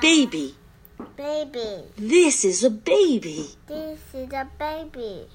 baby. Baby. This is a baby. This is a baby.